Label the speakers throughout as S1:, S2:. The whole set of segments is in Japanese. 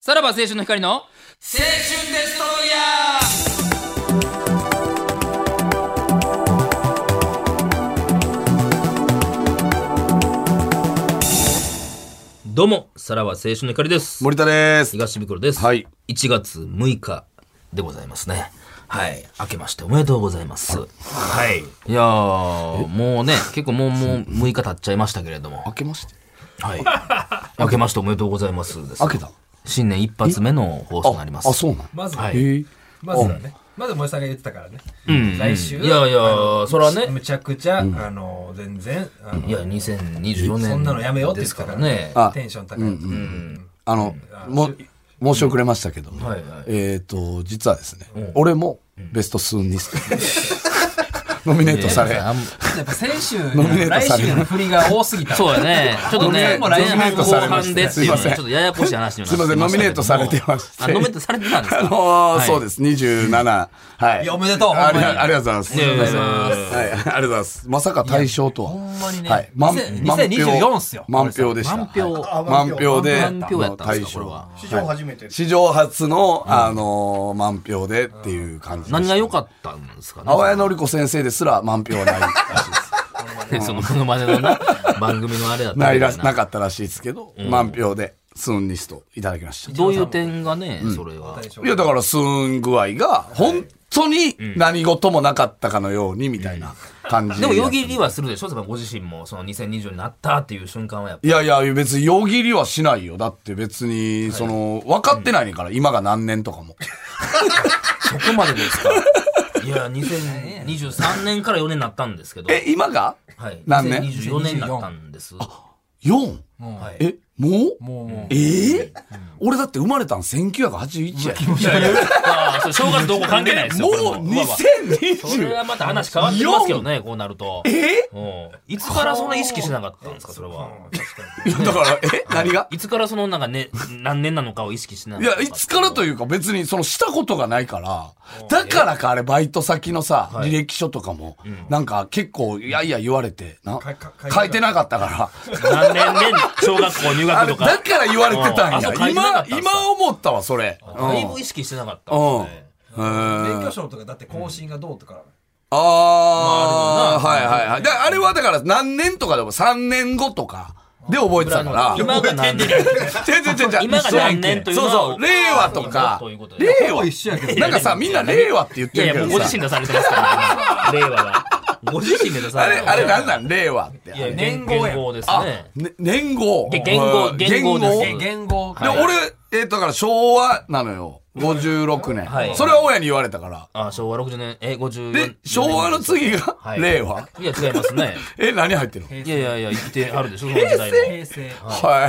S1: さらば青春の光の青春デストロイヤーどうも、さらば青春の光です。
S2: 森田です。
S1: 東袋です。
S2: はい。
S1: 1月6日でございますね。はい。明けましておめでとうございます。はい。いやー、もうね、結構もう、もう6日経っちゃいましたけれども。
S2: 開けまして。
S1: はい。明けましておめでとうございますです。
S2: 開けた。
S1: 新年一発目の放送になります。
S2: あ、そうなん。
S3: まず、
S1: はい
S2: ええ。
S3: まずだね。まず森さんが言ってたからね。来週。
S1: いやいや
S3: あの
S1: それはね
S3: むちゃくちゃ、あの、全然、あの
S1: いや、2024年。
S3: そんなのやめようって
S1: で
S3: 言っ
S1: す
S3: て
S1: か
S3: たからら
S1: ね
S3: ね。。
S2: あ
S3: テンション高い。 うん
S2: あの、も、申し遅れましたけど。
S1: はいはい
S2: えっと、実はですね、俺もベストスーンにスト ノミネートされ。
S1: あん
S3: やっぱ先週、
S2: ノミネート
S3: 来
S2: される
S3: 週の振りが多すぎた。
S1: そうやね。ちょっとね、
S3: 俺も
S1: 前
S3: 来年
S1: 半後
S2: されまし
S1: 半
S2: た
S1: でっていうのは
S2: すいません
S1: ちょっとややこしい話には
S2: すいません、ノミネートされてまし
S1: あ、
S2: て。
S1: ノミネートされてたんですか。
S2: あのーそうですす、27。はい。
S3: いやおめでとうほんまに
S2: ありがありがとうございます。
S1: ありがとうございます
S2: はい、ありがとうございます。まさか大賞とは。ほ
S1: んまにね
S2: はい。満
S3: 2024
S2: 満票
S3: っすよ
S2: 満票でした。
S1: 満票
S2: はい満票で。
S1: 満票やったんですか、こ
S2: あの
S1: れは。
S4: 史上初めて、
S2: 史上初の、あのー満票でっていう感じでした
S1: 何が良かったんですかね。
S2: 青谷のり子先生ですら満票ないらしいです
S1: そのモノマネのな番組のあ れだった
S2: ない
S1: みた
S2: ら
S1: い
S2: なかったらしいですけど、満票でスーンリストいただきました
S1: どういう点がね、それは。
S2: いやだからスーン具合が本当に何事もなかったかのようにみたいな感じ
S1: でも、よぎりはするでしょそのご自身も、その2020になったっていう瞬間はやっぱ。
S2: いやいや別によぎりはしないよだって別にその分かってないねんから、今が何年とかも
S1: そこまでですか。 いや、2023年から4年になったんですけど。
S2: え今が
S1: はい。
S2: 何年
S1: ?24 年になったんです。
S2: 4
S1: はい。
S2: えもう
S3: もう、もう、
S2: ええ俺だって生まれたん1981や
S1: ああ、それ正月どうこう関係ないですよ。これ
S2: もう
S1: まあまあそれ
S2: 2020
S1: はまた話変わってきますけどね、こうなると。
S2: え
S1: うんいつからそんな意識しなかったんですか、それは。
S2: いやだから、え何が
S1: いつからそのなんかね、何年なのかを意識しなかっ
S2: い
S1: たん
S2: や、
S1: です
S2: いつからというか別にそのしたことがないから、だからかあれバイト先のさ、履歴書とかも、なんか結構いやいや言われて、な
S3: かか、
S2: 書いてなかったから、
S1: 何年で小学校入
S2: あ
S1: 学
S2: れ
S1: とか。
S2: だから言われてたん
S1: あそう書
S2: や。
S1: いてなかったん、
S2: 今
S1: すか
S2: 今思ったわ、それ。うん
S1: だいぶ意識してなかったん
S2: うん。
S1: ですね。
S2: うん
S3: 免許証とかだって更新がどうとか。
S2: あー、
S1: まああ
S2: はい
S1: るもんな
S2: はいはい。だあれはだから何年とかでも3年後とかで覚えてたから。
S1: 今が何年
S2: 違う違う違う違う
S1: 今が何年というの
S2: そう
S1: は
S2: そう、令和とか
S1: そういうこと、です
S2: 令和。
S3: 緒やけ
S2: なんかさ、みんな令和って言っ
S1: いや
S2: て
S1: いや、
S2: るけ
S1: もう
S2: ど
S1: ご
S2: さ
S1: 自身。出されてますから、 ね、令和は。ご自身で出さ
S2: あ
S1: れ
S2: れ、
S1: て
S2: あれな
S1: だ
S2: んなん令和って。
S1: いや、
S3: 年
S1: 年
S3: 号や
S1: 号です
S2: あ
S1: ね。、
S2: ね年号。
S1: で元号
S2: う
S1: 元号
S2: ん
S1: です
S2: 元号で、
S3: 言語
S1: はい
S2: 俺、えーだから昭和なのよ。56年。
S1: はい
S2: それは親に言われたから。
S1: あ、昭和60年、え、50
S2: で、昭和の次が
S1: はい
S2: 令和。
S1: いや、違いますね。
S2: え、何入ってるの
S1: いやいやいや、生きてはるでしょ、その時代も。
S3: 平成。
S2: は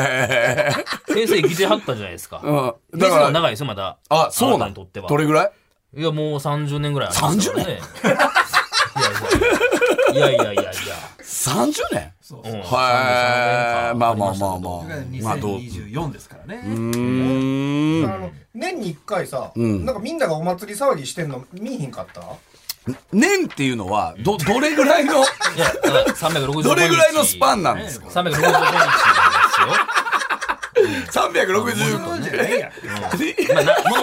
S1: 先生生きてはったじゃないですか。
S2: い。うん。
S1: だ
S2: だ
S1: か
S2: からら、
S1: 長いですよ、まだ。
S2: あ、そうな
S1: あなたにとって
S2: の
S1: は
S2: どれぐらい
S1: いや、もう30年ぐらいありますからね。30年いやいやいやいやいやいや。
S2: ?30 年
S1: うん33年
S2: は
S1: 間
S2: い。まあまあまあ
S1: り
S2: まあ
S3: だから。
S2: まあどう。う
S3: 2024ですからね。
S2: ーん。
S4: あの年に一回さ、
S2: ん
S4: なんかみんながお祭り騒ぎしてんの見いひんかった
S2: 年っていうのは、ど、どれぐらいの、
S1: ましたねいや、だから365日。
S2: どれぐらいのスパンなんですか
S1: ?365 日なんですよ。まあな、もの
S2: ?365
S3: じゃないやん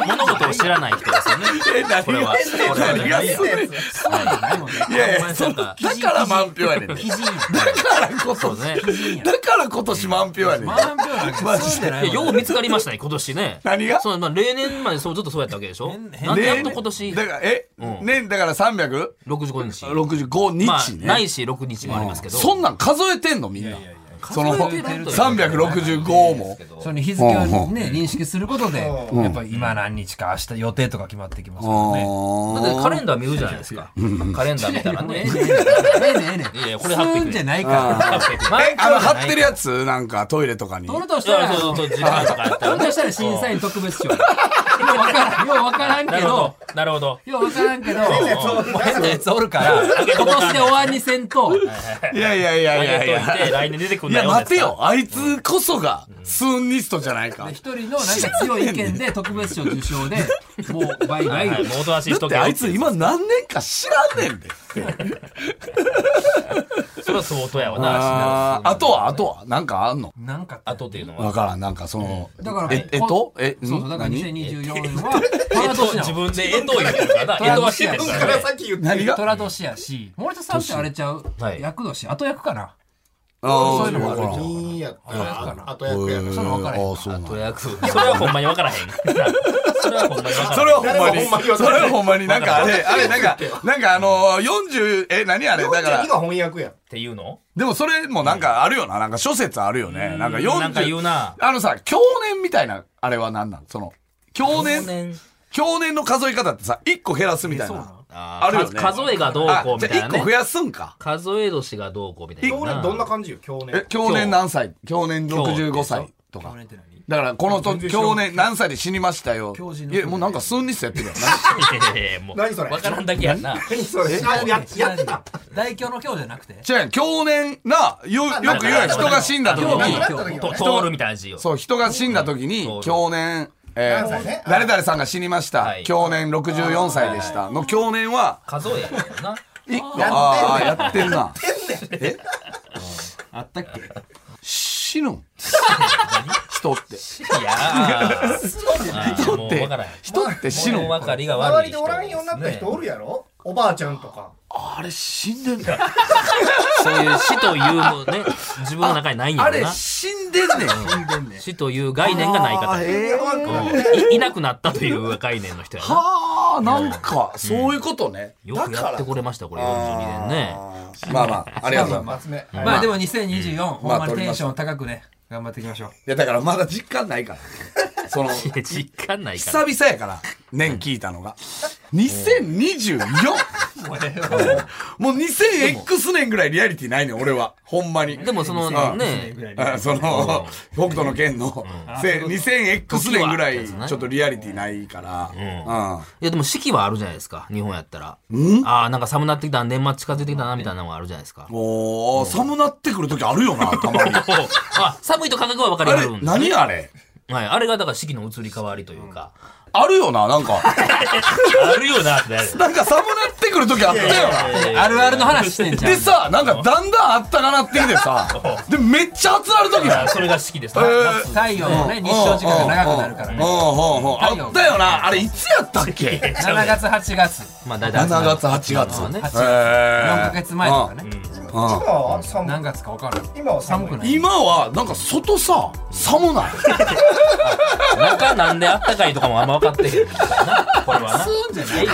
S1: 物事を知らない人ですよね。
S2: え、何
S1: これはこ
S2: が、
S1: れは
S2: 何がする
S3: そうじゃないもんね。
S2: いやい
S1: お前さ
S2: や、そ
S1: ん
S2: の
S1: か
S2: だから満票やねん。だ
S3: 基準。
S2: からこそ、
S1: そうね
S2: だから今年満票やねん。
S3: 万票なんかそうじゃない
S1: い
S3: も
S1: や、
S3: んね
S1: よう見つかりましたね、今年ね。
S2: 何が
S1: そう、まあ、例年までそう、ずっとそうやったわけでしょ
S3: 変変
S1: なんでやっ
S2: ね
S1: と今年
S2: だから、え、
S1: うん
S2: 年だから365
S1: 65日。まあ
S2: 日、ね。
S1: ないし6日もありますけど。
S2: そんなん数えてんのみんな。その、
S1: 数えてるという
S2: 365も。
S3: その日付をね、認識することで、やっぱ今何日か明日予定とか決まってきますからね。
S1: だって
S2: あ
S1: カレンダー見るじゃないですか。カレンダー見たらね。
S3: ええねええね
S1: いやいやこれ貼ってくれ
S3: すんじゃないから。
S2: ーえ、あの、貼ってるやつなんかトイレとかに。
S3: 取るとし
S1: い
S3: た
S1: や
S3: ら、
S1: そうそうそう、時間とかやった
S3: 取
S1: ら
S3: る
S1: ね
S3: としたら審査員特別賞。ようわからん、ようわからん
S1: な
S3: け
S1: るほ
S3: ど
S1: ど、。なるほど。
S3: ようわからんけど、
S4: そう
S3: 変なやつおるから、今年で終わりにせんと、
S2: いやいやいやい
S1: 投げと
S2: やい
S1: い
S2: や
S1: て、。来年出てくん
S2: い
S1: な
S2: や、
S1: よ。
S2: 待て
S1: ですか
S2: よ。。あいつこそが、スーンニストじゃないか
S3: で。一人のなんか強い意見で特別賞受賞で、もう倍
S1: は
S3: 々
S1: いはい、もうおとなしい
S2: だ
S1: 人
S2: ってあいつ今何年か知らんねんで。
S1: それは相当やわな。
S2: あーあとは、あとは、なんかあんの
S3: なんかあ
S1: あ
S3: った
S1: とっていうの
S2: わ
S1: は。
S2: からん、なんかその、
S3: だから
S2: え、えっと、え、ん
S3: そうそう、だから
S2: 何
S3: 2024年は、虎
S1: そう
S3: 年な
S1: 自
S3: の。
S1: 分で江藤言ってるからな。江藤は知ってる
S4: 自
S1: か
S4: 分
S1: ら
S4: か
S1: ね
S4: ら。先言って
S2: 何が
S3: 虎年やし、森田さんってあれちゃう
S1: はい
S3: 役年、後役かな
S2: ああ、
S3: そういうのもある
S2: わからん
S4: いいやったらあと役や
S2: へー
S4: から
S3: それ分からへん
S2: あそうなん
S1: とやく、それはほんまにわからへん。それはほんまにわからへん。
S2: それはほんま
S4: 誰もほんまに
S2: に、そ
S4: わから
S2: れ
S4: ん
S2: はほんまに、なんかあれ、あれ、なんか、なんかあのー、40、え、何あれ、だから
S4: 42、が翻訳や
S1: っていうの
S2: でもそれもなんかあるよな、なんか諸説あるよね。なんか40、
S1: なんか言うな。
S2: あのさ、去年みたいな、あれは何なんその、去年、去年の数え方ってさ、1個減らすみたいな。
S1: あ
S2: あるよね
S1: 数えがどう
S2: あ
S1: こう
S2: じ
S1: み
S2: ゃ
S1: たい
S2: あ
S1: な
S2: 1個増
S1: ね。
S2: やすんか。
S1: 数え年がどうこうみたいな。
S4: 去年どんな感じよ去
S2: え
S4: 年、
S2: 去年何歳去年65歳とか。だから、このと、去年何歳で死にましたよ。いや、もうなんか数日やってるよ。
S1: いやいやいやもう
S4: 何それ
S1: わからんだけやんな。
S4: 何それあややってた
S3: 大凶の凶じゃなくて
S2: 違うやん去年な、よ、よく言うやん、人が死んだ時
S4: 亡く
S2: に
S4: なっ、た時
S1: と
S4: はね
S1: 通るみたいな字よ。
S2: そう、人が死んだ時に、去年、え
S4: 何歳ね
S2: ー、誰々さんが死にまし
S1: は
S2: た。
S1: い
S2: 去年64歳でした。の去年は、
S1: 数えやからな。
S2: 一個、ああ、やってんな。え
S3: あったっけ
S2: 死ぬん人って。
S1: いやーあー、も
S2: 人っ
S1: う
S2: て
S1: わからへん。、
S2: 人って死ぬ
S1: 物
S2: ん
S1: 分かりが
S4: 周
S1: 悪
S4: り
S1: い
S4: で
S1: 人。
S4: おらんようになった人おるやろおばあちゃんとか
S2: あれ死んでんだ
S1: そういう死というもね、自分の中にないんや
S2: あ
S1: ろ
S2: れ
S1: な。
S2: 死んでんねん。
S1: 死という概念がない
S2: あ
S1: 方
S2: ー。えー
S1: いいなくなったという概念の人やな。
S2: はあ、なんか、そういうことね。
S1: よくやってこれました、これ42年ね。
S2: まあまあ、ありがとうございます。
S4: 松目
S3: まあでも2024、ほんま
S2: まあ
S3: に
S2: 取り
S3: テ
S2: ま
S3: ン
S2: し
S3: ション高くね、頑張っていきましょう。
S2: いや、だからまだ実感ないから。その、久
S1: いや実感ないから。
S2: 々やから、年聞いたのが。2024! もう 2000X 年ぐらいリアリティないねん、俺は。ほんまに。
S1: でもその
S2: うん
S1: ね、
S2: あその、北斗の剣の、せ 2000X 年ぐらい、ちょっとリアリティないから。うん
S1: いやでも四季はあるじゃないですか、日本やったら。ああ、なんか寒なってきた、年末近づいてきたな、みたいなのがあるじゃない ですか。
S2: おー、寒なってくるときあるよな、たまに。あ
S1: あ、寒いと価格は分かりはる
S2: れ、
S1: んです。
S2: 何あれ
S1: はい、あれがだから四季の移り変わりというか。
S2: あるよな、なんか。
S1: あるよな、ってなる。
S2: なんか寒なってくるときあったよな。
S3: あるあるの話してんじゃん。
S2: でさ、なんかだんだんあったかなってきてさ、で、めっちゃ暑なるときだ。
S1: それが四季です。
S3: 太陽のね、日照時間が長くなるから
S2: うんうん
S3: ね。
S2: うん。あったよな。あれ、いつやったっ け
S3: 7月、8月、
S1: まあ大体。
S2: ?7 月、8月。
S1: まあね
S2: えー
S3: 4ヶ月前とかね。
S4: 今は寒い
S3: 何月か分からん。
S4: 今は寒
S3: 寒
S4: い
S3: くない。
S2: 今は、なんか外さ、寒 ない。
S1: 中なんであったかいとかもあんま分かってへんみたいな。これはな。
S3: そうじゃない
S1: うん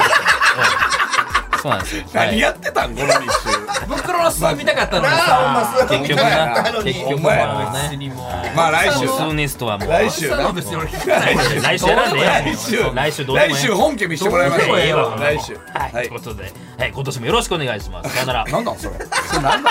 S1: そうなんですよ。はい
S2: 何やってたんこの日
S3: 袋の巣見たかったのにさ。
S4: ああほんま
S1: 結
S4: そう
S1: 局
S4: な
S1: な、結
S4: のに
S1: 局はね。
S2: まあ来週
S1: ス。ーニストはもう。
S2: 来週な。
S1: 来週選んでええやん
S2: 来週。
S1: 来週どうでもええ
S2: 来週本家見してもらいましょう。
S1: どうでもええわ
S2: 来週。
S1: はい、ということで、はい、今年もよろしくお願いします。さよなら。
S2: なんだそれ。それなんだ